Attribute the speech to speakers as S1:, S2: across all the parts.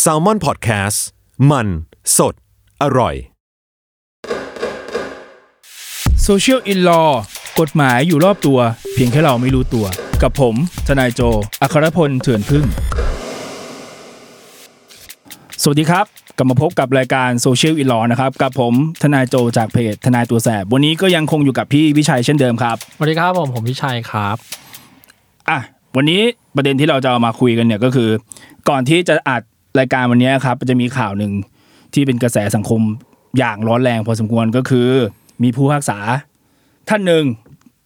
S1: แซลมอนพอดแคสต์มันสดอร่อย
S2: Social in Law กฎหมายอยู่รอบตัว เพียงแค่เราไม่รู้ตัว กับผม ทนายโจ อัครพลเถื่อนพึ่ง สวัสดีครับ กลับมาพบกับรายการ Social in Law นะครับ กับผม ทนายโจจากเพจ ทนายตัวแสบ วันนี้ก็ยังคงอยู่กับพี่วิชัยเช่นเดิมครับ
S3: สวัสดีครับผมผมวิชัยครับ
S2: อ่ะวันนี้ประเด็นที่เราจะเอามาคุยกันเนี่ยก็คือ ก่อนที่จะอัดรายการวันนี้ครับจะมีข่าวหนึ่งที่เป็นกระแสสังคมอย่างร้อนแรงพอสมควรก็คือ มีผู้พิพากษา ท่านหนึ่ง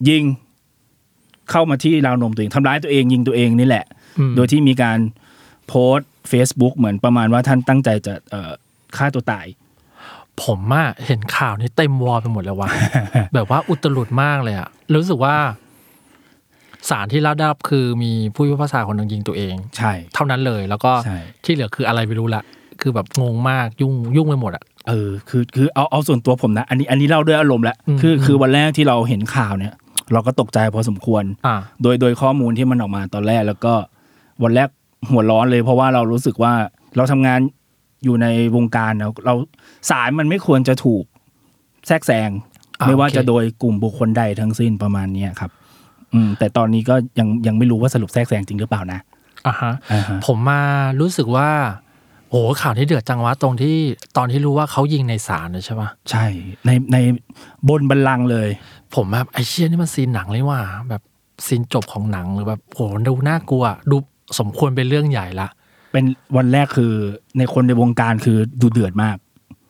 S2: ยิงเข้ามาที่ราวนมตัวเองทำร้ายตัวเองยิงตัวเองนี่แหละ โดยที่มีการโพสต์ Facebook เหมือนประมาณว่าท่านตั้งใจจะเอ่อฆ่าตัวตาย
S3: ผมอะเห็นข่าวนี้เต็มวอลไปหมด เลยว่ะ แบบว่าอุตลุดมากเลยอะรู้สึกว่าสารที่รับได้รับคือมีผู้พิพากษาคนหนึ่งยิงตัวเอง
S2: ใช่
S3: เท่านั้นเลย แล้วก็
S2: ใช่
S3: ที่เหลือคืออะไรไม่รู้ละ คือแบบงงมากยุ่งยุ่งไปหมดอะ
S2: เออคือคือเอาเอาส่วนตัวผมนะ อันนี้อันนี้เล่าด้วยอารมณ์ละคือคือวันแรกที่เราเห็นข่าวเนี่ย เราก็ตกใจพอสมควร
S3: อ่า
S2: โดยโดยข้อมูลที่มันออกมาตอนแรกแล้วก็วันแรกหัวร้อนเลย เพราะว่าเรารู้สึกว่าเราทำงานอยู่ในวงการเราเราสารมันไม่ควรจะถูกแทรกแซง
S3: อ่า
S2: ไม่ว่า
S3: โอเค
S2: จะโดยกลุ่มบุคคลใดทั้งสิ้นประมาณเนี้ยครับ อืม แต่ตอนนี้ก็ยังยังไม่รู้ว่าสรุปแทรกแซงจริงหรือเปล่านะ
S3: อ่าฮะ
S2: อ่าฮะ
S3: ผมมารู้สึกว่า โอ้โหข่าวที่เดือดจังวะตรงที่ตอนที่รู้ว่าเขายิงในศาลเลยใช่ปะ
S2: ใช่ ในในบนบัลลังก์เลย
S3: ผมแบบไอเชี่ยนี่มันซีนหนังเลยว่ะแบบซีนจบของหนังหรือแบบโอ้โหดูน่ากลัว ดูสมควรเป็นเรื่องใหญ่ละ
S2: เป็นวันแรกคือในคนในวงการคือดูเดือดมาก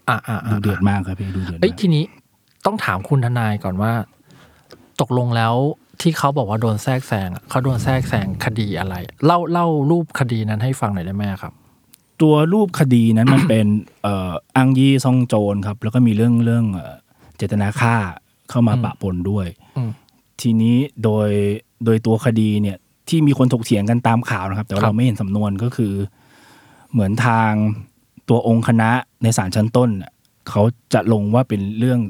S3: อ่าอ่า
S2: ดูเดือดมากครับพี่ดูเดือด
S3: เอ้ย
S2: มาก
S3: ทีนี้ต้องถามคุณทนายก่อนว่า ตกลงแล้วที่เขาบอกว่าโดนแทรกแซงอะเขาโดนแทรกแซงคดีอะไร เล่าเล่ารูปคดีนั้นให้ฟังหน่อยได้ไหมครับ
S2: ตัวรูปคดีนั้นมัน เป็น เอ่ออังยีซองโจรครับ แล้วก็มีเรื่องเรื่องเอ่อเจตนาฆ่าเข้ามาปะปนด้วย
S3: อืม
S2: ทีนี้โดยโดยตัวคดีเนี่ยที่มีคนถกเถียงกันตามข่าวนะครับ แต่ว่า
S3: ครับ
S2: เราไม่เห็นสำนวนก็คือ เหมือนทางตัวองค์คณะในศาลชั้นต้นน่ะเขาจะลงว่าเป็นเรื่อง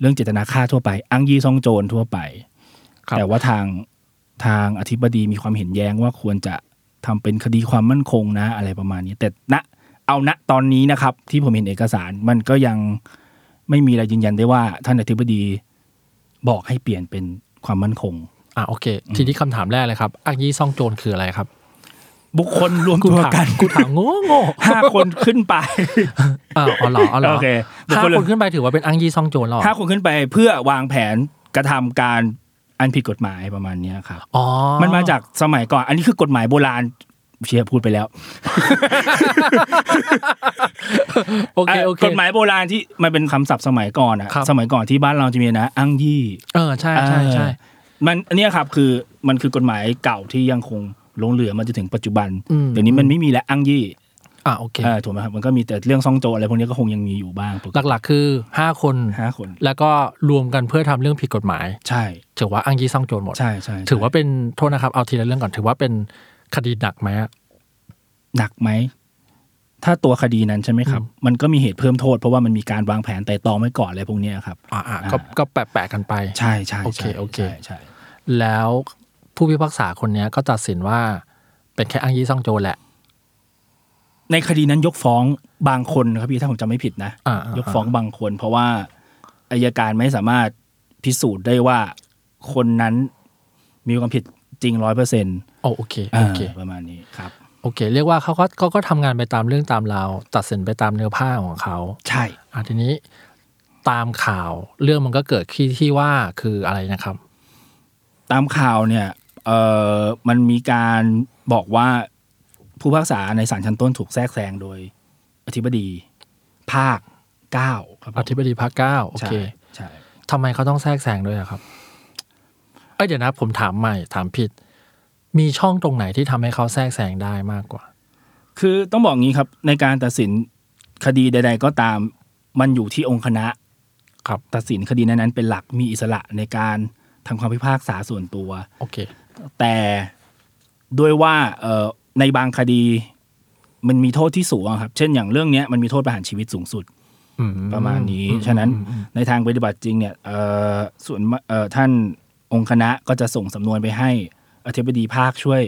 S2: เรื่องเจตนาฆ่าทั่วไป อังยีซองโจรทั่วไป
S3: ครับ
S2: แต่ว่าทางทางอธิบดีมีความเห็นแย้งว่าควรจะทำเป็นคดีความมั่นคงนะ อะไรประมาณนี้ แต่ณเอาณตอนนี้นะครับ ที่ผมเห็นเอกสารมันก็ยังไม่มีอะไรยืนยันได้ว่าท่านอธิบดีบอกให้เปลี่ยนเป็นความมั่นคง
S3: อ่าโอเค ทีนี้คำถามแรกเลยครับอักยี่ซ่องโจรคืออะไรครับ
S2: บุคคลรวมตัว
S3: ถาม
S2: กัน
S3: กูถามโง่โง่
S2: ห้าคนขึ้นไป
S3: อ่าอ๋อเหรออ๋อเหรอ
S2: โอเค
S3: ห้า
S2: บุคคล
S3: คนขึ้นไปถือว่าเป็นอังยี่ซ่องโจรเหรอ
S2: ห้า คนขึ้นไปเพื่อวางแผนกระทำการอันผิดกฎหมายประมาณเนี้ยครับ
S3: อ๋อ
S2: มันมาจากสมัยก่อน อันนี้คือกฎหมายโบราณเชียพูดไปแล้ว
S3: โอเคโอเค
S2: กฎหมายโบราณที่มันเป็นคำศัพท์สมัยก่อนอะ
S3: ครับ
S2: สมัยก่อนที่บ้านเราจะมีนะอ้างยี่
S3: เออใช่ใช่ใช่
S2: เออมันอันเนี้ยครับคือมันคือกฎหมายเก่าที่ยังคงหลงเหลือมาจนถึงปัจจุบันเดี๋ยวนี้มันไม่มีแล้วอ้างยี่
S3: อ่าโอเค
S2: เออถูกไหมครับมันก็มีแต่เรื่องซ่องโจรอะไรพวกนี้ก็คงยังมีอยู่บ้างปกติ
S3: หลักๆคือห้าคน
S2: ห้าคน
S3: แล้วก็รวมกันเพื่อทำเรื่องผิดกฎหมาย
S2: ใช่
S3: ถือว่าอังยี่ซ่องโจรหมด
S2: ใช่ใช่
S3: ถือว่าเป็นโทษนะครับ เอาทีละเรื่องก่อนถือว่าเป็นคดีหนักไหมอะ
S2: หนักไหมถ้าตัวคดีนั้นใช่ไหมครับ มันก็มีเหตุเพิ่มโทษเพราะว่ามันมีการวางแผนแต่ตรองไว้ก่อนอะไรพวกเนี้ยครับ
S3: อ่าอ่าก็ก็แปะๆกันไป
S2: ใช่ใช่
S3: โอเคโอเค
S2: ใช่ใช่
S3: แล้วผู้พิพากษาคนเนี้ยก็ตัดสินว่า เป็นแค่อ้างยี่ซ่องโจรแหละ
S2: ในคดีนั้นยกฟ้องบางคนนะครับพี่ถ้าผมจำไม่ผิดนะ
S3: อ่าอ่าย
S2: กฟ้องบางคน เพราะว่าอายการไม่สามารถพิสูจน์ได้ว่าคนนั้นมีความผิดจริงร้อยเปอร์เซ็นต์
S3: โอ้โอเคโอเค
S2: ประมาณนี้ครับ
S3: โอเค เรียกว่าเขาก็เขาก็ทำงานไปตามเรื่องตามราว ตัดสินไปตามเนื้อผ้าของเขา
S2: ใช่
S3: อ่าทีนี้ตามข่าวเรื่องมันก็เกิดที่ที่ว่าคืออะไรนะครับ
S2: ตามข่าวเนี่ยเออมันมีการบอกว่าผู้พิพากษาในศาลชั้นต้นถูกแทรกแซงโดยอธิบดี ภาคเก้าครับผม
S3: อธิบดีภาคเก้าโอ
S2: ใช่
S3: เค
S2: ใช่
S3: ทำไมเขาต้องแทรกแซงด้วยอะครับเอ้ยเดี๋ยวนะ ผมถามใหม่ถามผิด มีช่องตรงไหนที่ทำให้เขาแทรกแซงได้มากกว่า
S2: คือต้องบอกงี้ครับ ในการตัดสินคดีใด ๆ ก็ตามมันอยู่ที่องค์คณะ
S3: ครับ
S2: ตัดสินคดีนั้นๆเป็นหลักมีอิสระในการทำความพิพากษาส่วนตัว
S3: โอเค
S2: แต่ด้วยว่าเอ่อในบางคดีมันมีโทษที่สูงอะครับ เช่นอย่างเรื่องเนี้ยมันมีโทษประหารชีวิตสูงสุด
S3: อื
S2: ประมาณนี้ ฉะนั้นในทางปฏิบัติจริงเนี่ยเอ่อส่วนมาเอ่อท่านองค์คณะก็จะส่งสำนวนไปให้อธิบดีภาคช่วย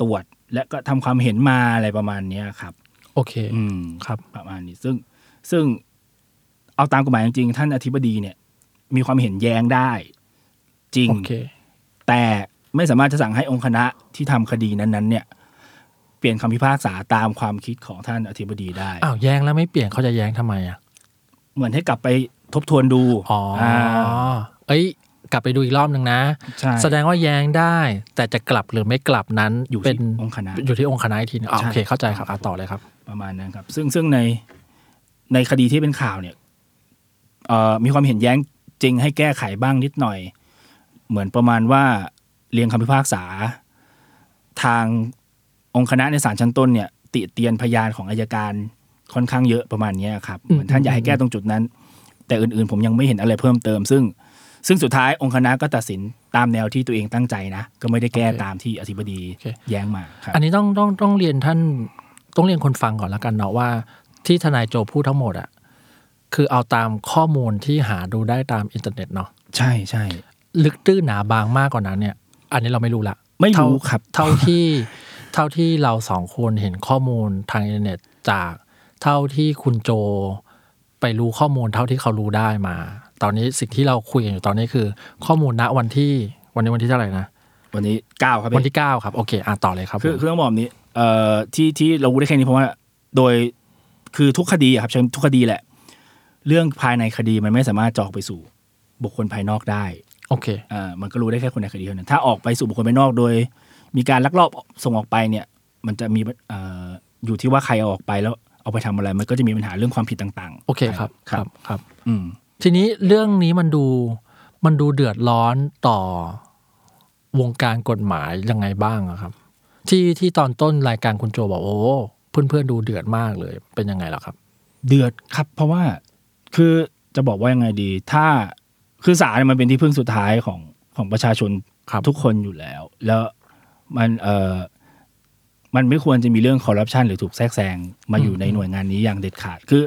S2: ตรวจ และก็ทำความเห็นมาอะไรประมาณเนี้ยครับ
S3: โอเค
S2: อืม
S3: ครับ
S2: ประมาณนี้ซึ่งซึ่งเอาตามกฎหมายจริงๆท่านอธิบดีเนี่ย มีความเห็นแย้งได้จริง
S3: โอเค
S2: แต่ไม่สามารถจะสั่งให้องค์คณะที่ทำคดีนั้นๆ เนี่ย เปลี่ยนคำพิพากษาตามความคิดของท่านอธิบดีได้
S3: อ้าวแย้งแล้วไม่เปลี่ยนเขาจะแย้งทำไมอ่ะ
S2: เหมือนให้กลับไปทบทวนดู
S3: อ๋ออาเอ้ย กลับไปดูอีกรอบหนึ่งนะ
S2: ใช่
S3: แสดงว่าแย้งได้ แต่จะกลับหรือไม่กลับนั้น
S2: อยู่
S3: เป็
S2: ที่
S3: น
S2: องค์คณะ
S3: อยู่ที่องค์คณะอีกทีหนึงอ่ะ
S2: ใช่
S3: โอเค เข้าใจครับอ่ะต่อเลยครับ
S2: ประมาณนั้นครับ ซึ่งซึ่งในในคดีที่เป็นข่าวเนี่ยเอ่อมีความเห็นแย้งจริงให้แก้ไขบ้างนิดหน่อย เหมือนประมาณว่าเรียงคำพิพากษา ทางองค์คณะในศาลชั้นต้นเนี่ย ติเตียนพยานของอายการค่อนข้างเยอะประมาณเนี้ยครับเหมือนท่านอยากให้แก้ตรงจุดนั้น แต่อื่นๆ ผมยังไม่เห็นอะไรเพิ่มเติม ซึ่ง ซึ่งสุดท้ายองค์คณะก็ตัดสินตามแนวที่ตัวเองตั้งใจนะก็ไม่ได้แก้ตามที่อธิบดี
S3: โอเค
S2: แย้งมาครับ
S3: อันนี้ต้องต้องต้องเรียนท่านต้องเรียนคนฟังก่อนแล้วกันเนาะว่า ที่ทนายโจพูดทั้งหมดอะคือเอาตามข้อมูลที่หาดูได้ตามอินเทอร์เน็ตเนาะ
S2: ใช่ใช่
S3: ลึกตื้อหนาบางมากกว่านั้นเนี่ย อันนี้เราไม่รู้ละ
S2: ไม่
S3: เท่า
S2: รู้ครับ
S3: เท่าที่เท่าที่เราสองคนเห็นข้อมูลทางอินเทอร์เน็ตจาก เท่าที่คุณโจไปรู้ข้อมูลเท่าที่เขารู้ได้มา ตอนนี้สิ่งที่เราคุยกันอยู่ตอนนี้คือ ข้อมูลณวันที่วันนี้วันที่เท่าไหร่นะ
S2: วันนี้เก้าครับ
S3: วันที่ 9 ครับโอเคอ่ะต่อเลยครับ
S2: คือ
S3: ผม
S2: คือต้องบอกแบบนี้เอ่อที่ที่เรารู้ได้แค่นี้เพราะว่า โดยคือทุกคดีอะครับเชิญทุกคดีแหละ เรื่องภายในคดีมันไม่สามารถจอกไปสู่บุคคลภายนอกได้
S3: โอเค
S2: อ่ามันก็รู้ได้แค่คนในคดีเท่านั้นถ้าออกไปสู่บุคคลภายนอกโดย มีการลักลอบส่งออกไปเนี่ย มันจะมีเอ่ออยู่ที่ว่าใครเอาออกไปแล้วเอาไปทำอะไร มันก็จะมีปัญหาเรื่องความผิดต่างๆ
S3: โอเคครับ
S2: ครับ
S3: ครับ
S2: อืม
S3: ทีนี้เรื่องนี้มันดูมันดูเดือดร้อนต่อวงการกฎหมายยังไงบ้างอะครับ ที่ที่ตอนต้นรายการคุณโจบอกโอ้เพื่อนๆดูเดือดมากเลยเป็นยังไงล่ะครับ
S2: เดือดครับ เพราะว่าคือจะบอกว่ายังไงดี ถ้าคือศาลเนี่ยมันเป็นที่พึ่งสุดท้ายของของประชาชน
S3: ครับ
S2: ทุกคนอยู่แล้ว แล้วมันเออมันไม่ควรจะมีเรื่องคอร์รัปชันหรือถูกแทรกแซงมาอยู่ในหน่วยงานนี้อย่างเด็ดขาด คือ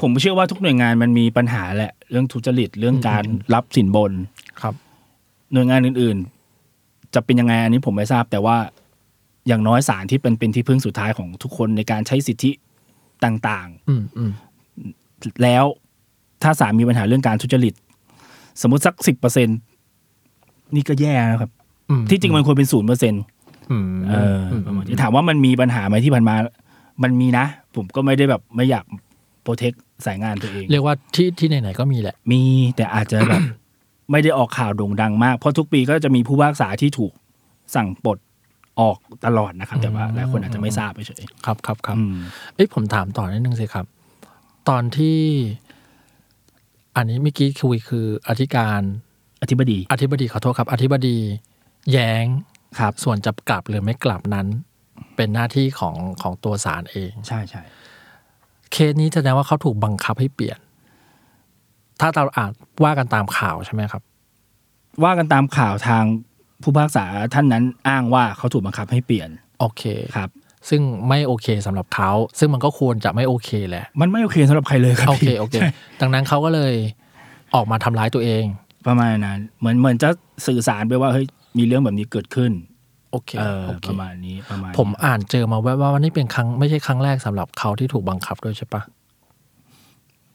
S2: ผมเชื่อว่าทุกหน่วยงานมันมีปัญหาแหละ เรื่องทุจริตเรื่องการรับสินบน
S3: ครับ
S2: หน่วยงานอื่นๆ จะเป็นยังไงอันนี้ผมไม่ทราบ แต่ว่าอย่างน้อยศาลที่เป็นเป็นที่พึ่งสุดท้ายของทุกคนในการใช้สิทธิต่างๆ
S3: อืมอืม
S2: แล้วถ้าสามมีปัญหาเรื่องการทุจริต สมมติสักสิบเปอร์เซ็นนี่ก็แย่นะครับ
S3: อืม
S2: ที่จริงมันควรเป็นศูนย์เปอร์เซ็นต์
S3: อืม
S2: ประมาณนี้ถามว่ามันมีปัญหาไหมที่ผ่านมา มันมีนะ ผมก็ไม่ได้แบบไม่อยากโปรเทคสายงานตัวเอง
S3: เรียกว่าที่ที่ไหนๆก็มีแหละ
S2: มีแต่อาจจะแบบ ไม่ได้ออกข่าวโด่งดังมาก เพราะทุกปีก็จะมีผู้พิพากษาที่ถูกสั่งปลดออกตลอดนะครับ แต่ว่าหลายคนอาจจะไม่ทราบไปเฉย
S3: ครับครับครับ
S2: อืม
S3: เอ้ยผมถามต่อนิดนึงสิครับ ตอนที่ อันนี้เมื่อกี้คุยคืออธิการ
S2: อธิบดี
S3: อธิบดีขอโทษครับ อธิบดีแย้ง
S2: ครับ
S3: ส่วนจะกลับหรือไม่กลับนั้น เป็นหน้าที่ของของตัวศาลเอง
S2: ใช่ใช่
S3: เคสนี้แสดงว่าเขาถูกบังคับให้เปลี่ยน ถ้าเราอ่านว่ากันตามข่าวใช่ไหมครับ
S2: ว่ากันตามข่าวทางผู้พิพากษาท่านนั้นอ้างว่าเขาถูกบังคับให้เปลี่ยน
S3: โอเค
S2: ครับ
S3: ซึ่งไม่โอเคสำหรับเขาซึ่งมันก็ควรจะไม่โอเคแหละ
S2: มันไม่โอเคสำหรับใครเลยครับ
S3: โอเค
S2: พี่
S3: โอเค ดังนั้นเขาก็เลยออกมาทำร้ายตัวเอง
S2: ประมาณนั้นเหมือนเหมือนจะสื่อสารไปว่าเฮ้ยมีเรื่องแบบนี้เกิดขึ้น
S3: โอเค
S2: เออ
S3: โอเค
S2: ประมาณนี้ประมาณนี้
S3: ผมอ่านเจอมาแวบๆว่านี่เป็นครั้งไม่ใช่ครั้งแรกสำหรับเขาที่ถูกบังคับด้วยใช่ปะ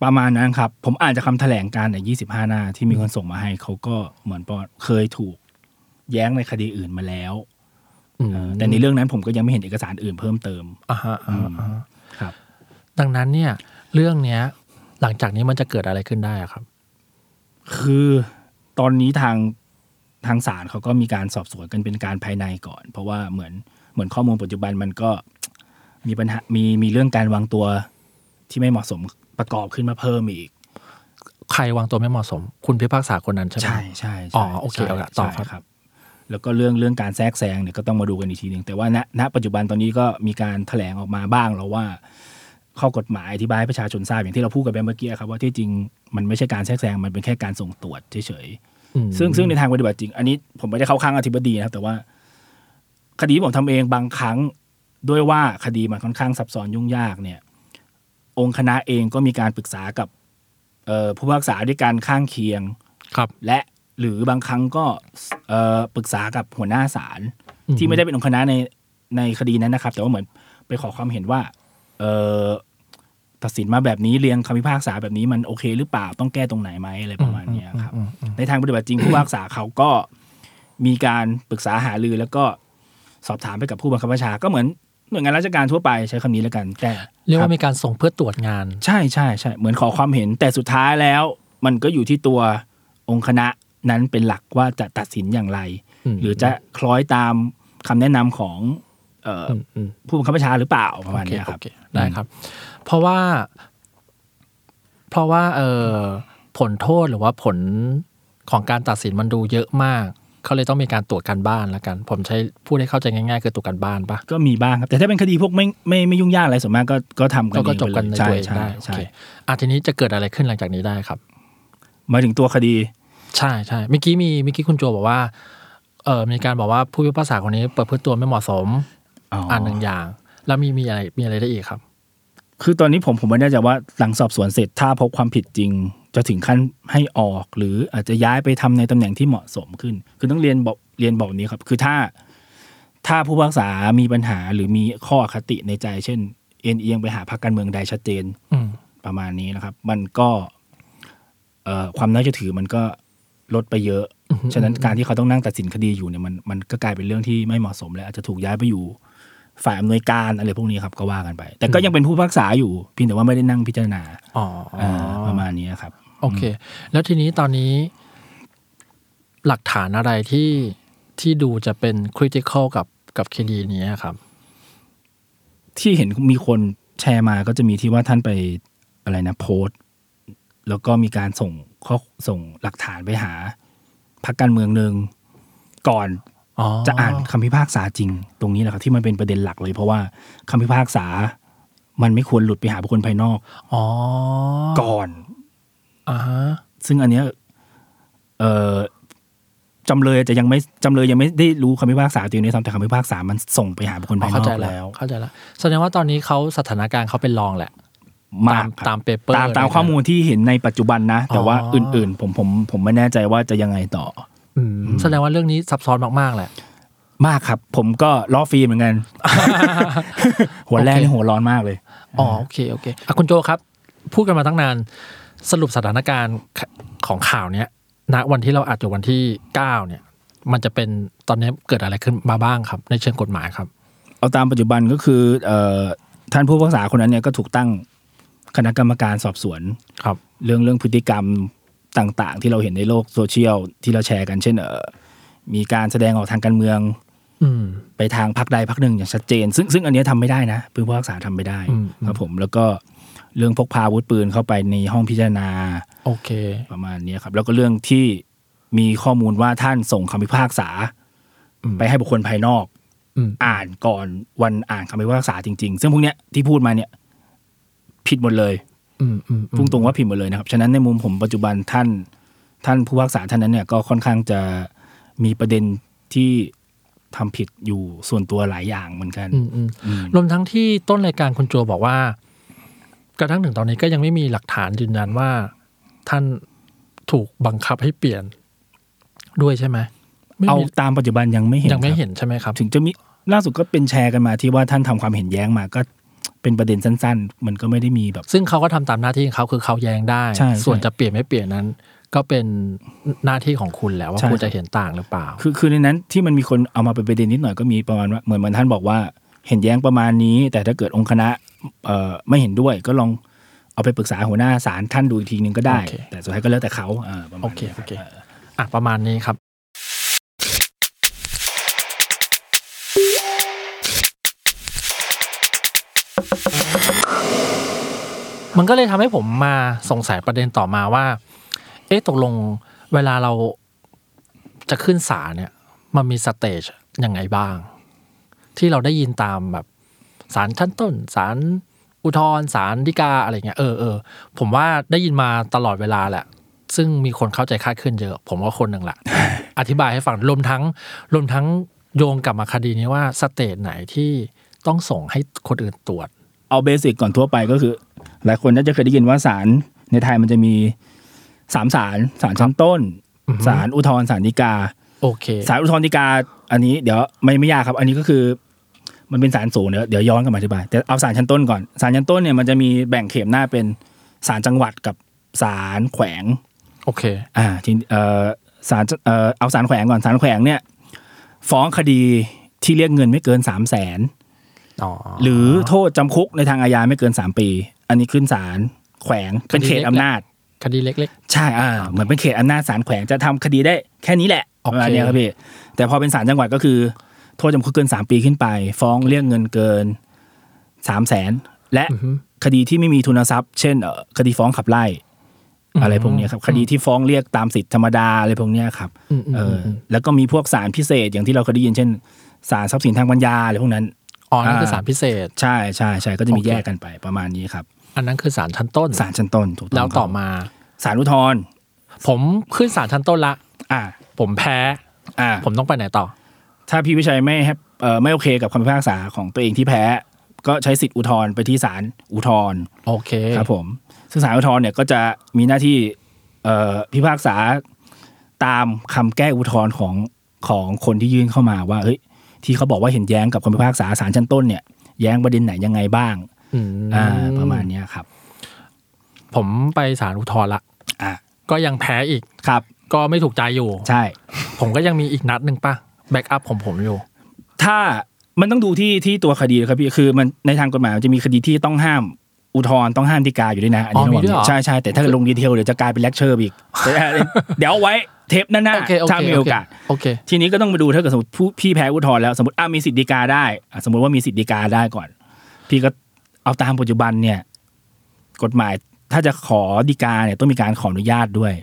S2: ประมาณนั้นครับ ผมอ่านจากคำแถลงการณ์ใน25 หน้าที่มีคนส่งมาให้เขาก็เหมือนประมาณเคยถูกแย้งในคดีอื่นมาแล้ว
S3: อืม
S2: เออแต่ในเรื่องนั้นผมก็ยังไม่เห็นเอกสารอื่นเพิ่มเติม
S3: อ่าฮะอ่าฮะอ่าฮะ
S2: ครับ
S3: ดังนั้นเนี่ยเรื่องเนี้ยหลังจากนี้มันจะเกิดอะไรขึ้นได้อะครับ
S2: คือตอนนี้ทางทางศาลเขาก็มีการสอบสวนกันเป็นการภายในก่อน เพราะว่าเหมือนเหมือนข้อมูลปัจจุบันมันก็ มีปัญหามีมีเรื่องการวางตัวที่ไม่เหมาะสมประกอบขึ้นมาเพิ่มอีก
S3: ใครวางตัวไม่เหมาะสม คุณพิพากษาคนนั้นใช่ไหม
S2: ใช่ใช่ใช่
S3: อ๋อโอเค
S2: ใช่
S3: เอาละต่อ
S2: ใช่
S3: ครับ
S2: แล้วก็เรื่องเรื่องการแทรกแซงเนี่ยก็ต้องมาดูกันอีกทีหนึ่งแต่ว่าณณปัจจุบันตอนนี้ก็มีการแถลงออกมาบ้างแล้วว่า ข้อกฎหมายอธิบายให้ประชาชนทราบอย่างที่เราพูดกันไปเมื่อกี้ครับว่าที่จริงมันไม่ใช่การแทรกแซงมันเป็นแค่การส่งตรวจเฉยๆ
S3: อืม
S2: ซึ่งซึ่งในทางปฏิบัติจริง อันนี้ผมไม่ได้เข้าข้างอธิบดีนะครับ แต่ว่า คดีที่ผมทำเองบางครั้งด้วยว่าคดีมันค่อนข้างซับซ้อนยุ่งยากเนี่ย องค์คณะเองก็มีการปรึกษากับเอ่อผู้พิพากษาด้วยการข้างเคียง
S3: ครับ
S2: และหรือบางครั้งก็เอ่อปรึกษากับหัวหน้าศาล
S3: อื
S2: ที่ไม่ได้เป็นองค์คณะในในคดีนั้นนะครับ แต่ว่าเหมือนไปขอความเห็นว่า เออตัดสินมาแบบนี้เรียงคำพิพากษาแบบนี้มันโอเคหรือเปล่าต้องแก้ตรงไหนไหมอะไรประมาณเนี้ยครับ
S3: อืมอืม
S2: ในทางปฏิบัติจริง ผู้พิพากษาเขาก็มีการปรึกษาหารือ แล้วก็สอบถามไปกับผู้บังคับบัญชาก็เหมือนหน่วยงานราชการทั่วไปใช้คำนี้แล้วกันแต่
S3: เรียกว่า
S2: คบ
S3: มีการส่งเพื่อตรวจงาน
S2: ใช่ใช่ใช่เหมือนขอความเห็น แต่สุดท้ายแล้ว มันก็อยู่ที่ตัวองค์คณะนั้นเป็นหลักว่าจะตัดสินอย่างไร
S3: อืม
S2: หรือจะคล้อยตามคำแนะนำของเอ่ออ
S3: มอืม
S2: ผู้บังคับบัญชาหรือเปล่าประมาณเนี้ยครับ
S3: โอเโอเได้ครับ เพราะว่า เพราะว่าเออผลโทษหรือว่าผลของการตัดสินมันดูเยอะมาก เขาเลยต้องมีการตรวจการบ้านละกัน ผมใช้พูดให้เข้าใจง่ายๆ คือตรวจการบ้านปะ
S2: ก็มีบ้างครับ แต่ถ้าเป็นคดีพวกไม่ไม่ไม่ยุ่งยากอะไรส่วนมากก็ก็ทำกัน
S3: ก็ก็จบกัน
S2: เอ
S3: ใน
S2: งไปเล
S3: ตัวเอย ง
S2: ใช่
S3: ได้
S2: ใช่
S3: โอ
S2: ใช่
S3: เคอ่ะทีนี้จะเกิดอะไรขึ้นหลังจากนี้ได้ครับ
S2: หมายถึงตัวคดี
S3: ใช่ใช่เมื่อกี้มีเมื่อกี้คุณโจบอกว่าเออมีการบอกว่าผู้พิพากษาคนนี้เปิดเพื้นตัวไม่เหมาะสมอ่านหนึ่งอย่าง แล้วมีมีอะไรมีอะไรได้อีกครับ
S2: คือตอนนี้ผมผมไม่แน่ใจว่าหลังสอบสวนเสร็จถ้าพบความผิดจริง จะถึงขั้นให้ออก หรืออาจจะย้ายไปทำในตำแหน่งที่เหมาะสมขึ้น คือต้องเรียนบอกเรียนบอกแบบนี้ครับ คือถ้าถ้าผู้พิพากษามีปัญหาหรือมีข้ออคติในใจ เช่น เอ็นเอียงไปหาพรรคการเมืองใดชัดเจน
S3: อืม
S2: ประมาณนี้นะครับ มันก็เอ่อความน่าเชื่อถือมันก็ลดไปเยอะ
S3: อือฮึ
S2: ฉะนั้นการที่เขาต้องนั่งตัดสินคดีอยู่เนี่ยมันมันก็กลายเป็นเรื่องที่ไม่เหมาะสมและอาจจะถูกย้ายไปอยู่ ฝ่ายอำนวยการอะไรพวกนี้ครับก็ว่ากันไป แต่ก็ยังเป็นผู้พิพักษาอยู่เพียงแต่ว่าไม่ได้นั่งพิจารณา
S3: อ๋ออ๋อ
S2: าประมาณนี้ครับ
S3: โอเค แล้วทีนี้ตอนนี้ หลักฐานอะไรที่ที่ดูจะเป็นคริติคอลกับกับคดีนี้ครับ
S2: ที่เห็นมีคนแชร์มาก็จะมีที่ว่าท่านไปอะไรนะโพสต์แล้วก็มีการส่งข้อส่งหลักฐานไปหาพรรคการเมืองหนึ่งก่อน
S3: อ๋อ
S2: จะอ่านคำพิพากษาจริง ตรงนี้แหละครับที่มันเป็นประเด็นหลักเลย เพราะว่าคำพิพากษา มันไม่ควรหลุดไปหาบุคคลภายนอก
S3: อ๋อ
S2: ก่อน
S3: อ่าฮะ
S2: ซึ่งอันเนี้ยเอ่อจำเลยจะยังไม่จำเลยยังไม่ได้รู้คำพิพากษาจริงด้วยซ้ำแต่คำพิพากษามันส่งไปหาบุคคล
S3: อ๋อ
S2: ภายน
S3: เข้า
S2: อ
S3: ใจ
S2: ก
S3: แล้
S2: แล้ว ว
S3: เข้าใจแล้วแสดงว่าตอนนี้เขาสถานการณ์เขาเป็นรองแหละ
S2: มาก
S3: ตามตามเปเปอร์
S2: ตาม
S3: เลย
S2: ตาม
S3: นะ
S2: ข้อมูลที่เห็นในปัจจุบันนะ แต่ว่า
S3: อ๋
S2: อ
S3: ออื่
S2: ื่น ๆ ผมผมผมไม่แน่ใจว่าจะยังไงต่อ
S3: อืมแสดงว่าเรื่องนี้ซับซ้อนมากๆแหละ
S2: มากครับ ผมก็ล้อฟรีเหมือน กัน หัวแรก
S3: โอเค
S2: นี่หัวร้อนมากเลย
S3: อ๋อโอเคโอเคอ่ะคุณโจครับ พูดกันมาตั้งนาน สรุปสถานการณ์ของข่าวเนี้ยณวันที่เราอัดอยู่วันที่เก้าเนี่ย มันจะเป็นตอนนี้เกิดอะไรขึ้นมาบ้างครับ ในเชิงกฎหมายครับ
S2: เอาตามปัจจุบันก็คือเอ่อท่านผู้พิพักษาคนนั้นเนี่ยก็ถูกตั้งคณะกรรมการสอบสวน
S3: ครับ
S2: เรื่องเรื่องพฤติกรรมต่างๆ ที่เราเห็นในโลกโซเชียลที่เราแชร์กันเช่นเออมีการแสดงออกทางการเมือง
S3: อืม
S2: ไปทางพรรคใดพรรคหนึ่งอย่างชัดเจน ซึ่งซึ่งอันเนี้ยทำไม่ได้นะผู้พิพากษาทำไม่ได้
S3: อืม
S2: ครับผมแล้วก็เรื่องพกพาอาวุธปืนเข้าไปในห้องพิจารณา
S3: โอเค
S2: ประมาณเนี้ยครับ แล้วก็เรื่องที่มีข้อมูลว่าท่านส่งคำพิพากษา
S3: อืม
S2: ไปให้บุคคลภายนอก
S3: อืม
S2: อ่านก่อนวันอ่านคำพิพากษาจริง ๆ ซึ่งพวกเนี้ยที่พูดมาเนี่ยผิดหมดเลย
S3: อืมอืมอืม
S2: พุ่งตรงว่าผิดหมดเลยนะครับ ฉะนั้นในมุมผมปัจจุบันท่าน ท่านผู้พิพากษาท่านนั้นเนี่ยก็ค่อนข้างจะมีประเด็นที่ทำผิดอยู่ส่วนตัวหลายอย่างเหมือนกัน
S3: อืมอืม
S2: อืม
S3: รวมทั้งที่ต้นรายการคุณโจบอกว่า กระทั่งถึงตอนนี้ก็ยังไม่มีหลักฐานยืนยันว่า ท่านถูกบังคับให้เปลี่ยน ด้วยใช่ไหมไม่มี
S2: เอาตามปัจจุบันยังไม่เห็น
S3: ยัง
S2: ค
S3: ไม่
S2: รับ
S3: เห็นใช่ไหมครับ
S2: ถึงจะมีล่าสุดก็เป็นแชร์กันมาที่ว่าท่านทำความเห็นแย้งมาก็เป็นประเด็นสั้น ๆ มันก็ไม่ได้มีแบบ
S3: ซึ่งเขาก็ทำตามหน้าที่ของเขาคือเขาแย้งได้
S2: ใช่ใช่
S3: ส่วนจะเปลี่ยนไม่เปลี่ยนนั้น ก็เป็นหน้าที่ของคุณแหละว่า
S2: ใช่
S3: คุณจะเห็นต่างหรือเปล่า
S2: คือคือในนั้นที่มันมีคนเอามาเป็นประเด็นนิดหน่อยก็มีประมาณว่าเหมือนเหมันท่านบอกว่าเห็นแย้งประมาณนี้ แต่ถ้าเกิดองค์คณะเอ่อไม่เห็นด้วยก็ลองเอาไปปรึกษาหัวหน้าศาลท่านดูอีกทีนึงก็ได้
S3: โอเค
S2: แต่สุดท้ายก็แล้วแต่เขาอ่าประมาณ
S3: โอเค
S2: นี้
S3: โอเค
S2: ครับ
S3: อ่ะประมาณนี้ครับ มันก็เลยทำให้ผมมาสงสัยประเด็นต่อมาว่า เอ๊ะตกลงเวลาเราจะขึ้นศาลเนี่ย มันมีสเตจยังไงบ้าง ที่เราได้ยินตามแบบสารชั้นต้นสารอุทธรณ์สารฎีกาอะไรเงี้ยเออเออผมว่าได้ยินมาตลอดเวลาแหละ ซึ่งมีคนเข้าใจคลาดเคลื่อนเยอะ ผมว่าคนหนึ่งละ อธิบายให้ฟังรวมทั้งรวมทั้งโยงกลับมาคดีนี้ว่าสเตจไหนที่ต้องส่งให้คนอื่นตรวจ
S2: เอาเบสิกก่อนทั่วไปก็คือ หลายคนน่าจะเคยได้ยินว่าศาลในไทยมันจะมีสามศาลศาลชั้นต้น
S3: อือฮึ
S2: ศาลอุทธรณ์ศาลฎีกา
S3: โอเค
S2: ศาลอุทธรณ์ฎีกา อันนี้เดี๋ยวไม่ไม่ยากครับ อันนี้ก็คือ มันเป็นศาลสูงเดี๋ยวเดี๋ยวย้อนกลับมาอธิบายแต่เอาศาลชั้นต้นก่อนศาลชั้นต้นเนี่ยมันจะมีแบ่งเขตหน้าเป็นศาลจังหวัดกับศาลแขวง
S3: โอเค
S2: อ่าทีเอ่อศาลเอ่อเอาศาลแขวงก่อนศาลแขวงเนี่ยฟ้องคดีที่เรียกเงินไม่เกินสามแสน
S3: อ๋อ
S2: หรือโทษจำคุกในทางอาญาไม่เกิน 3 ปี อันนี้ขึ้นศาลแขวงเป็นเขตอำนาจ
S3: คดีเล็ก
S2: ใช่อ่าเหมือนเป็นเขตอำนาจศาลแขวงจะทำคดีได้แค่นี้แหละ
S3: โอ
S2: ป
S3: เค
S2: ระมาณเนี้ยครับพี่แต่พอเป็นศาลจังหวัดก็คือ โทษจำคุกเกิน 3 ปีขึ้นไป ฟ้องเรียกเงินเกิน 3 0 0แสนและ
S3: ๆอือฮึ
S2: คดีที่ไม่มีทุนทรัพย์ เช่นเอ่อคดีฟ้องขับไล่อะไรพวกเนี้ยครับคดีที่ฟ้องเรียกตามสิทธิธรรมดาอะไรพวกเนี้ยครับ
S3: มๆ
S2: เอออแล้วก็มีพวกศาลพิเศษอย่างที่เราเคยได้ยินเช่นศาลทรัพย์สินทางปัญญาอะไรพวกนั้น
S3: อ๋อนั่นคือ
S2: อ่า
S3: สารพิเศษ
S2: ใช่ใช่ใช่ก็จะมี
S3: โอเค
S2: แยกกันไปประมาณนี้ครับ
S3: อันนั้นคือสารชั้นต้น
S2: ศาลชั้นต้นถูกต้อง
S3: แล้วต่
S2: ค
S3: อ
S2: รับ
S3: มา
S2: ศาลอุทธรณ์
S3: ผมขึ้นสารชั้นต้นละ
S2: อ่า
S3: ผมแพ้
S2: อ่า
S3: ผมต้องไปไหนต่อ
S2: ถ้าพี่วิชัยไม่แฮปเอ่อไม่โอเคกับคำพิพากษาของตัวเองที่แพ้ ก็ใช้สิทธิ์อุทธรณ์ไปที่ศาลอุทธรณ์
S3: โอเค
S2: ครับผมซึ่งศาลอุทธรณ์เนี่ยก็จะมีหน้าที่เอ่อพิพากษาตามคำแก้อุทธรณ์ของของคนที่ยื่นเข้ามาว่าเฮ้ยที่เขาบอกว่าเห็นแย้งกับคำพิพากษาศาลชั้นต้นเนี่ยแย้งประเด็นไหนยังไงบ้าง
S3: อืม
S2: อ่าประมาณเนี้ยครับ
S3: ผมไปสารอุทธรณ์ละ
S2: อ่า
S3: ก็ยังแพ้อีก
S2: ครับ
S3: ก็ไม่ถูกใจอยู่
S2: ใช่
S3: ผมก็ยังมีอีกนัดหนึ่งป่ะ แบ็กอัพของผมอยู่
S2: ถ้ามันต้องดูที่ที่ตัวคดีครับพี่คือมันในทางกฎหมายมันจะมีคดีที่ต้องห้ามอุทธรณ์ต้องห้ามฎีกาอยู่ด้วยนะอันนี้
S3: อ๋อมี
S2: ต้อง
S3: ด้วยเหรอ
S2: ใช่ใช่แต่ถ้าเกิดลงดีเทลเดี๋ยวจะกลายเป็นเลคเชอร์อีก แต่เดี๋ยวเอาไว้เทปหน้า
S3: โอเคโอ
S2: ๆ
S3: เค
S2: ถ้ามีโอกาส
S3: โอเค
S2: ทีนี้ก็ต้องมาดูถ้าเกิดสมมติผู้พี่แพ้อุทธรณ์แล้วสมมติอ่ะมีสิทธิฎีกาได้อ่ะสมมติว่ามีสิทธิฎีกาได้ก่อน พี่ก็เอาตามปัจจุบันเนี่ย กฎหมายถ้าจะขอฎีกาเนี่ยต้องมีการขออนุญาตด้วย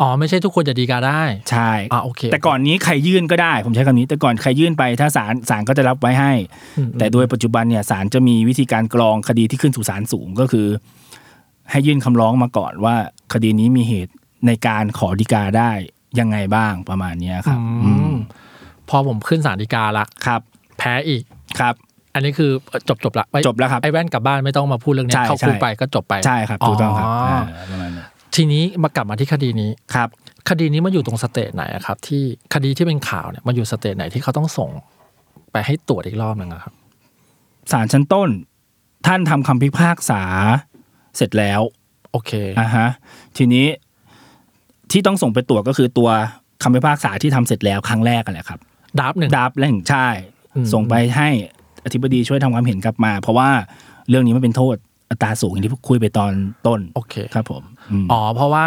S3: อ๋อ ไม่ใช่ทุกคนจะดีกาได้
S2: ใช่
S3: อ่าโอเค
S2: แต่ก่อนนี้ใครยื่นก็ได้ ผมใช้คำนี้ แต่ก่อนใครยื่นไปถ้าศาลศาลก็จะรับไว้ให้
S3: อืม
S2: แต่โดยปัจจุบันเนี่ยศาลจะมีวิธีการกรองคดีที่ขึ้นสู่ศาลสูงก็คือ ให้ยื่นคำร้องมาก่อนว่า คดีนี้มีเหตุในการขอฎีกาได้ยังไงบ้างประมาณเนี้ยครับ
S3: อื
S2: อืม
S3: มพอผมขึ้นสารดีกาละ
S2: ครับ
S3: แพ้อีก
S2: ครับ
S3: อันนี้คือจบจบๆละไอ้
S2: จบแล้วครับ
S3: ไอ้แว่นกลับบ้านไม่ต้องมาพูดเรื่องเนี้
S2: ใช่
S3: ยเข้าคุก
S2: ใช่
S3: ไปก็จบไป
S2: ใช่ครับถูกต้องครับ
S3: อ๋ออา
S2: ประมาณนั้น
S3: ทีนี้มากลับมาที่คดีนี้
S2: ครับ
S3: คดีนี้มันอยู่ตรงสเตจไหนอะครับ ที่คดีที่เป็นข่าวเนี่ยมันอยู่สเตจไหนที่เขาต้องส่งไปให้ตรวจอีกรอบหนึ่งอะครับ
S2: ศาลชั้นต้น ท่านทำคำพิพากษาเสร็จแล้ว
S3: โอเค
S2: อ่าฮะทีนี้ที่ต้องส่งไปตรวจก็คือตัวคำพิพากษาที่ทำเสร็จแล้วครั้งแรกกันแหละครับ
S3: ดับหนึ่ง
S2: ดับแหล่งใช่
S3: อืม
S2: ส่งไปให้อธิบดีช่วยทำความเห็นกลับมา เพราะว่าเรื่องนี้มันเป็นโทษอัตราสูงอย่างที่คุยไปตอนต้น
S3: โอเค
S2: ครับผมอืม
S3: อ๋อเพราะว่า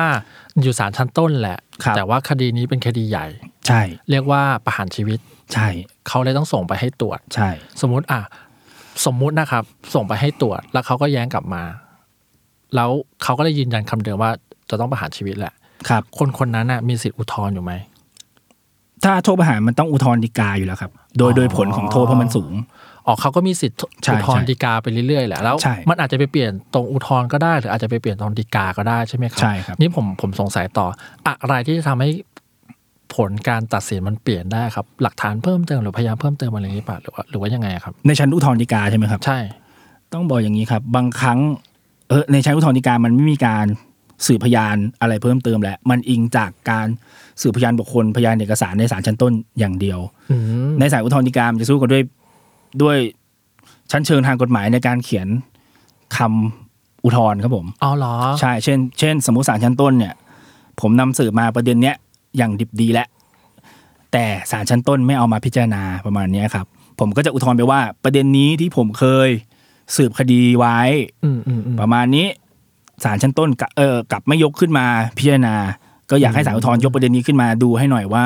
S3: อยู่ศาลชั้นต้นแหละ
S2: ครับ
S3: แต่ว่าคดีนี้เป็นคดีใหญ่
S2: ใช่
S3: เรียกว่าประหารชีวิต
S2: ใช่
S3: เขาเลยต้องส่งไปให้ตรวจ
S2: ใช่
S3: สมมติอ่ะสมมุตินะครับ ส่งไปให้ตรวจแล้วเขาก็แย้งกลับมา แล้วเขาก็เลยยืนยันคำเดิมว่าจะต้องประหารชีวิตแหละ
S2: ครับ
S3: คนคนนั้นน่ะมีสิทธิ์อุทธรณ์อยู่ไหม
S2: ถ้าโทษประหารมันต้องอุทธรณ์ฎีกาอยู่แล้วครับ โดย
S3: อ๋อ
S2: โดยผลของโทษเพราะมันสูง
S3: อ๋อเขาก็มีสิทธิ์
S2: ใช่
S3: อุทธรณ์
S2: ใช่
S3: ฎีกาไปเรื่อยๆแหละแล้ว
S2: ใช่
S3: มันอาจจะไปเปลี่ยนตรงอุทธรณ์ก็ได้ หรืออาจจะไปเปลี่ยนตรงฎีกาก็ได้ใช่ไหมครั
S2: ใช่ครับ
S3: นี่ผมผมสงสัยต่อ อะไรที่จะทำให้ผลการตัดสินมันเปลี่ยนได้ครับ หลักฐานเพิ่มเติมหรือพยานเพิ่มเติมอะไรอย่างนี้ป่ะหรือว่าหรือว่ายังไงครับ
S2: ในชั้นอุทธรณ์ฎีกาใช่ไหมครับ
S3: ใช่
S2: ต้องบอกอย่างนี้ครับ บางครั้งเออในชั้นอุทธรณ์ฎีกามันไม่มีการสืบพยานอะไรเพิ่มเติมแหละมันอิงจากการสืบพยานบุคคลพยานเอกสารในศาลชั้นต้นอย่างเดียว
S3: อืม
S2: ในศาลอุทธรณ์ฎีกามันจะสู้กันด้วยด้วยชั้นเชิงทางกฎหมายในการเขียนคำอุทธรณ์ครับผม
S3: อ๋อเหรอ
S2: ใช่เช่นเช่น สมมติศาลชั้นต้นเนี่ย ผมนำสืบมาประเด็นเนี้ยอย่างดิบดีแล้วแต่ศาลชั้นต้นไม่เอามาพิจารณาประมาณเนี้ยครับ ผมก็จะอุทธรณ์ไปว่า ประเด็นนี้ที่ผมเคยสืบคดีไว้
S3: อืมอืมอืม
S2: ประมาณนี้ศาลชั้นต้นกะเออกลับไม่ยกขึ้นมาพิจารณา ก็อยากให้ศาลอุทธรณ์ยกประเด็นนี้ขึ้นมาดูให้หน่อยว่า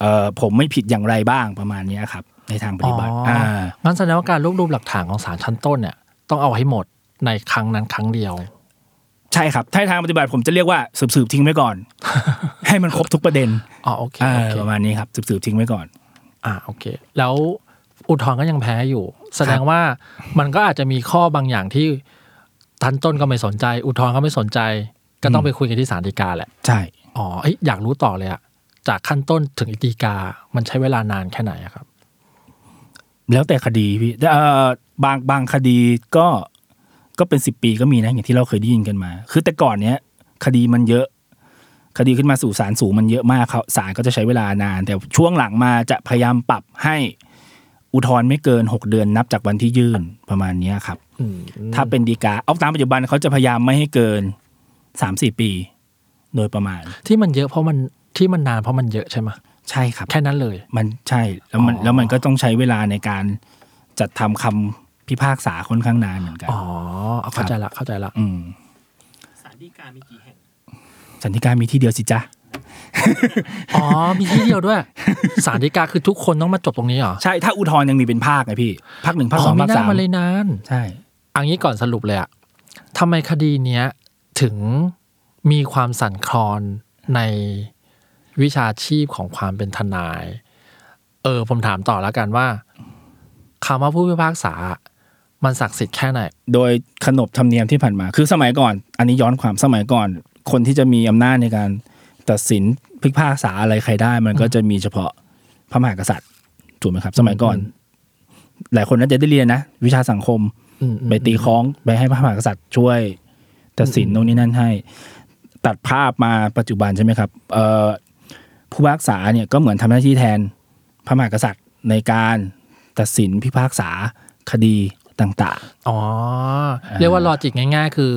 S2: เออผมไม่ผิดอย่างไรบ้างประมาณเนี้ยครับ ในทางป
S3: อ๋อ
S2: ฏิบัติอ่า
S3: งั้นแสดงว่าการรวบรวมหลักฐานของศาลชั้นต้นเนี่ย ต้องเอาให้หมดในครั้งนั้นครั้งเดียว
S2: ใช่ครับถ้าทางปฏิบัติผมจะเรียกว่าสืบสืบๆทิ้งไว้ก่อน ให้มันครบทุกประเด็น
S3: อ๋อโอเค
S2: อ่า
S3: โอเค
S2: ประมาณนี้ครับสืบสืบๆทิ้งไว้ก่อน
S3: อ่าโอเค แล้วอุทธรณ์ก็ยังแพ้อยู่ แสดงว่ามันก็อาจจะมีข้อบางอย่างที่ทันต้นก็ไม่สนใจ อุทธรณ์ก็ไม่สนใจ ก็ต้องไปคุยกันที่ศาลฎีกาแหละ
S2: ใช่
S3: อ๋อเอ้ยอยากรู้ต่อเลยอะจากขั้นต้นถึงฎีกา มันใช้เวลานานแค่ไหนอะครับ
S2: แล้วแต่คดีพี่แต่เอ่อบางบางคดีก็ก็เป็นสิบปีก็มีนะอย่างที่เราเคยได้ยินกันมา คือแต่ก่อนเนี้ย คดีมันเยอะ คดีขึ้นมาสู่ศาลสูงมันเยอะมากครับศาลก็จะใช้เวลานาน แต่ช่วงหลังมาจะพยายามปรับให้อุทธรณ์ไม่เกิน 6 เดือนนับจากวันที่ยื่นประมาณเนี้ยครับ
S3: อืม
S2: ถ้าเป็นดีกาเอาตามปัจจุบันเขาจะพยายามไม่ให้เกิน3ามสี่ปี โดยประมาณ
S3: ที่มันเยอะเพราะมันที่มันนานเพราะมันเยอะใช่ไหม
S2: ใช่ครับ
S3: แค่นั้นเลย
S2: มันใช่แล้วมัน
S3: อ๋อ
S2: แล้วมันก็ต้องใช้เวลาในการจัดทำคำพิพากษาค่อนข้างนานเหมือนกัน
S3: อ๋อเอาเข้าใจละเข้าใจละ
S2: อืมสันติการมีกี่แห่งสันติการมีที่เดียวสิจ๊ะ
S3: อ๋อมีที่เดียวด้วยศาลฎีกาคือทุกคนต้องมาจบตรงนี้เหรอ
S2: ใช่ถ้าอุทธรณ์ยังมีเป็นภาคไงพี่ภาคหนึ่งภาคสอง
S3: ไมี
S2: ภาค
S3: น่า
S2: สาม
S3: มาเลยนาน
S2: ใช่
S3: เอันนี้ก่อนสรุปเลยอะทำไมคดีเนี้ยถึงมีความสั่นคลอนในวิชาชีพของความเป็นทนาย เออผมถามต่อแล้วกันว่าคำว่าผู้พิพากษา มันศักดิ์สิทธิ์แค่ไหน
S2: โดยขนบธรรมเนียมที่ผ่านมา คือสมัยก่อน อันนี้ย้อนความสมัยก่อน คนที่จะมีอำนาจในการตัดสินพิพากษาอะไรใครได้ มันก็จะมีเฉพาะพระมหากษัตริย์ถูกไหมครับ สมัยก่อน หลายคนน่าจะได้เรียนนะ วิชาสังคม
S3: อืมอืม
S2: ไปตีคล้องไปให้พระมหากษัตริย์ช่วยตัดสินโน่นนี่นั่นให้ ตัดภาพมาปัจจุบันใช่ไหมครับเอ่อผู้พิพากษาเนี่ยก็เหมือนทำหน้าที่แทนพระมหากษัตริย์ในการตัดสินพิพากษาคดีต่าง
S3: อ๋อ เรียกว่าลอจิกง่าย ๆ คือ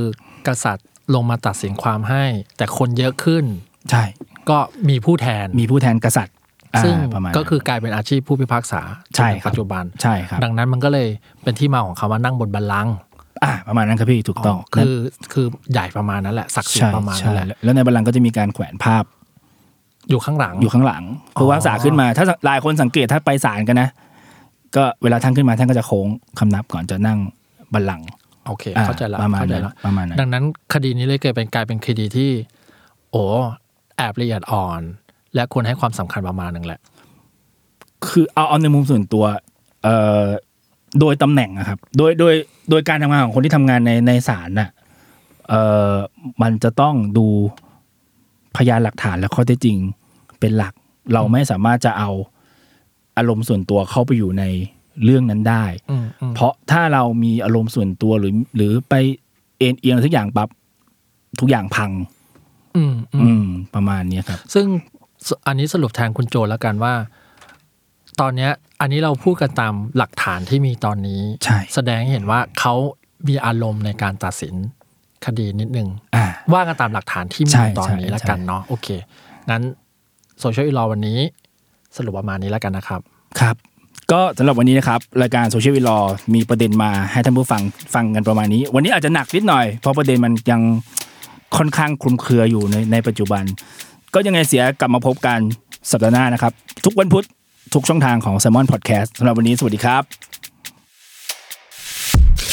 S3: กษัตริย์ลงมาตัดสินความให้ แต่คนเยอะขึ้น
S2: ๆ ใช่
S3: ก็มีผู้แทน
S2: มีผู้แทนกษัตริย์อ่า
S3: ซึ่ง
S2: ประมาณ
S3: ก็คื
S2: นั้น
S3: อกลายเป็นอาชีพผู้พิพากษา
S2: ใช่
S3: น
S2: ครับ
S3: ปัจจุบัน
S2: ใช่ครับ
S3: ดังนั้นมันก็เลยเป็นที่มาของคำว่านั่งบนบัลลังก์
S2: อ่าประมาณนั้นครับพี่ถูกต้อง
S3: คือคือใหญ่ประมาณนั้นแหละศักดิ์ศรี
S2: ใช่
S3: ประมาณ
S2: ใช่
S3: นั้นแหละ
S2: แล้วในบัลลังก์ก็จะมีการแขวนภาพ
S3: อยู่ข้างหลัง
S2: อยู่ข้างหลังผู้พิพากษาขึ้นมา ถ้าหลายคนสังเกตถ้าไปศาลกันนะ ก็เวลาท่านขึ้นมาท่านก็จะโค้งคำนับก่อนจะนั่งบัลลังก์
S3: โอเค
S2: อ่
S3: เข้าใจละ
S2: ประมาณ
S3: เข้าใจ
S2: นั้น
S3: ละ
S2: ประมาณนั้
S3: ดั
S2: น
S3: งนั้นคดีนี้เลยเกิดเป็นกลายเป็นคดีที่ โอ้แอบละเอียดอ่อน และควรให้ความสำคัญประมาณหนึ่งแหละ
S2: คือเอาเอาในมุมส่วนตัวเอ่อโดยตำแหน่งนะครับ โดยโดยโดยการทำงานของคนที่ทำงานในในศาลน่ะเอ่อมันจะต้องดูพยานหลักฐานและข้อเท็จจริงเป็นหลัก เราไม่สามารถจะเอาอารมณ์ส่วนตัวเข้าไปอยู่ในเรื่องนั้นได้
S3: อืมอืม
S2: เพราะถ้าเรามีอารมณ์ส่วนตัวหรือ หรือไปเอ็นเอียงอะไรทุกอย่างปั๊บทุกอย่างพัง
S3: อืมอืม
S2: อืม ประมาณเนี้ยครับ
S3: ซึ่งสอันนี้สรุปแทนคุณโจแล้วกันว่า ตอนเนี้ยอันนี้เราพูดกันตามหลักฐานที่มีตอนนี้
S2: ใช่
S3: แสดงให้เห็นว่าเขามีอารมณ์ในการตัดสินคดีนิดนึง
S2: อ่า
S3: ว่ากันตามหลักฐานที่มี
S2: ใช่
S3: ตอนนี้
S2: ใช่
S3: แล้วกัน
S2: ใช่
S3: เนาะโอเค งั้นโซเชียลอีลอวันนี้ สรุปประมาณนี้แล้วกันนะครับ
S2: ครับ ก็สำหรับวันนี้นะครับ รายการโซเชียลวิลอมีประเด็นมาให้ท่านผู้ฟังฟังกันประมาณนี้ วันนี้อาจจะหนักนิดหน่อย เพราะประเด็นมันยังค่อนข้างคลุมเครืออยู่ในในปัจจุบัน ก็ยังไงเสียกลับมาพบกันสัปดาห์หน้านะครับ ทุกวันพุธทุกช่องทางของ s ซ l m o n Podcast สำหรับวันนี้สวัสดีครับ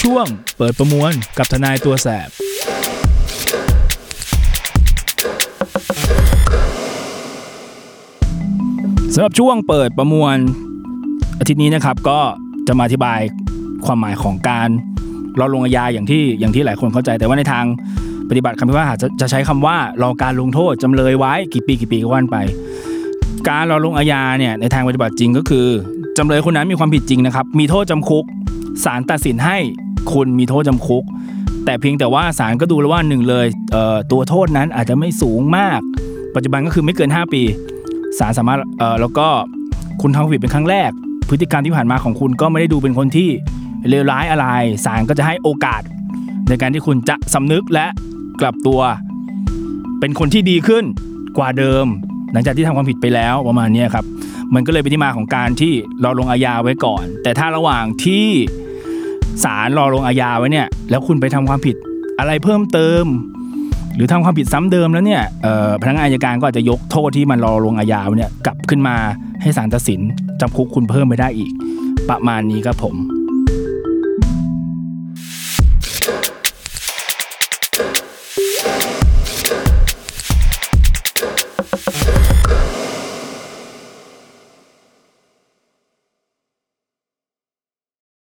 S2: ช่วงเปิดประมวลกับทนายตัวแสบ สำหรับช่วงเปิดประมวลอาทิตย์นี้นะครับก็จะมาอธิบายความหมายของการรอลงอาญาอย่างที่อย่างที่หลายคนเข้าใจ แต่ว่าในทางปฏิบัติคำพิพากษาจะจะใช้คำว่ารอการลงโทษจำเลยไว้กี่ปีกี่ปีก็ว่านไป การรอลงอาญาเนี่ยในทางปฏิบัติจริงก็คือจำเลยคนนั้นมีความผิดจริงนะครับ มีโทษจำคุกศาลตัดสินให้คุณมีโทษจำคุก แต่เพียงแต่ว่าศาลก็ดูแล้วว่าหนึ่งเลยเอ่อตัวโทษนั้นอาจจะไม่สูงมาก ปัจจุบันก็คือไม่เกิน 5 ปี ศาลสามารถเอ่อแล้วก็คุณทำความผิดเป็นครั้งแรก พฤติกรรมที่ผ่านมาของคุณก็ไม่ได้ดูเป็นคนที่เลวร้ายอะไรศาลก็จะให้โอกาส ในการที่คุณจะสำนึกและกลับตัว เป็นคนที่ดีขึ้นกว่าเดิม หลังจากที่ทำความผิดไปแล้วประมาณเนี้ยครับ มันก็เลยเป็นที่มาของการที่รอลงอาญาไว้ก่อน แต่ถ้าระหว่างที่ศาลรอลงอาญาไว้เนี่ย แล้วคุณไปทำความผิดอะไรเพิ่มเติม หรือทำความผิดซ้ำเดิมแล้วเนี่ยเอ่อพนักงานอัยการก็อาจจะยกโทษที่มันรอลงอาญาไว้เนี่ยกลับขึ้นมาให้ศาลตัดสินจำคุกคุณเพิ่มไปได้อีก ประมาณนี้ครับผม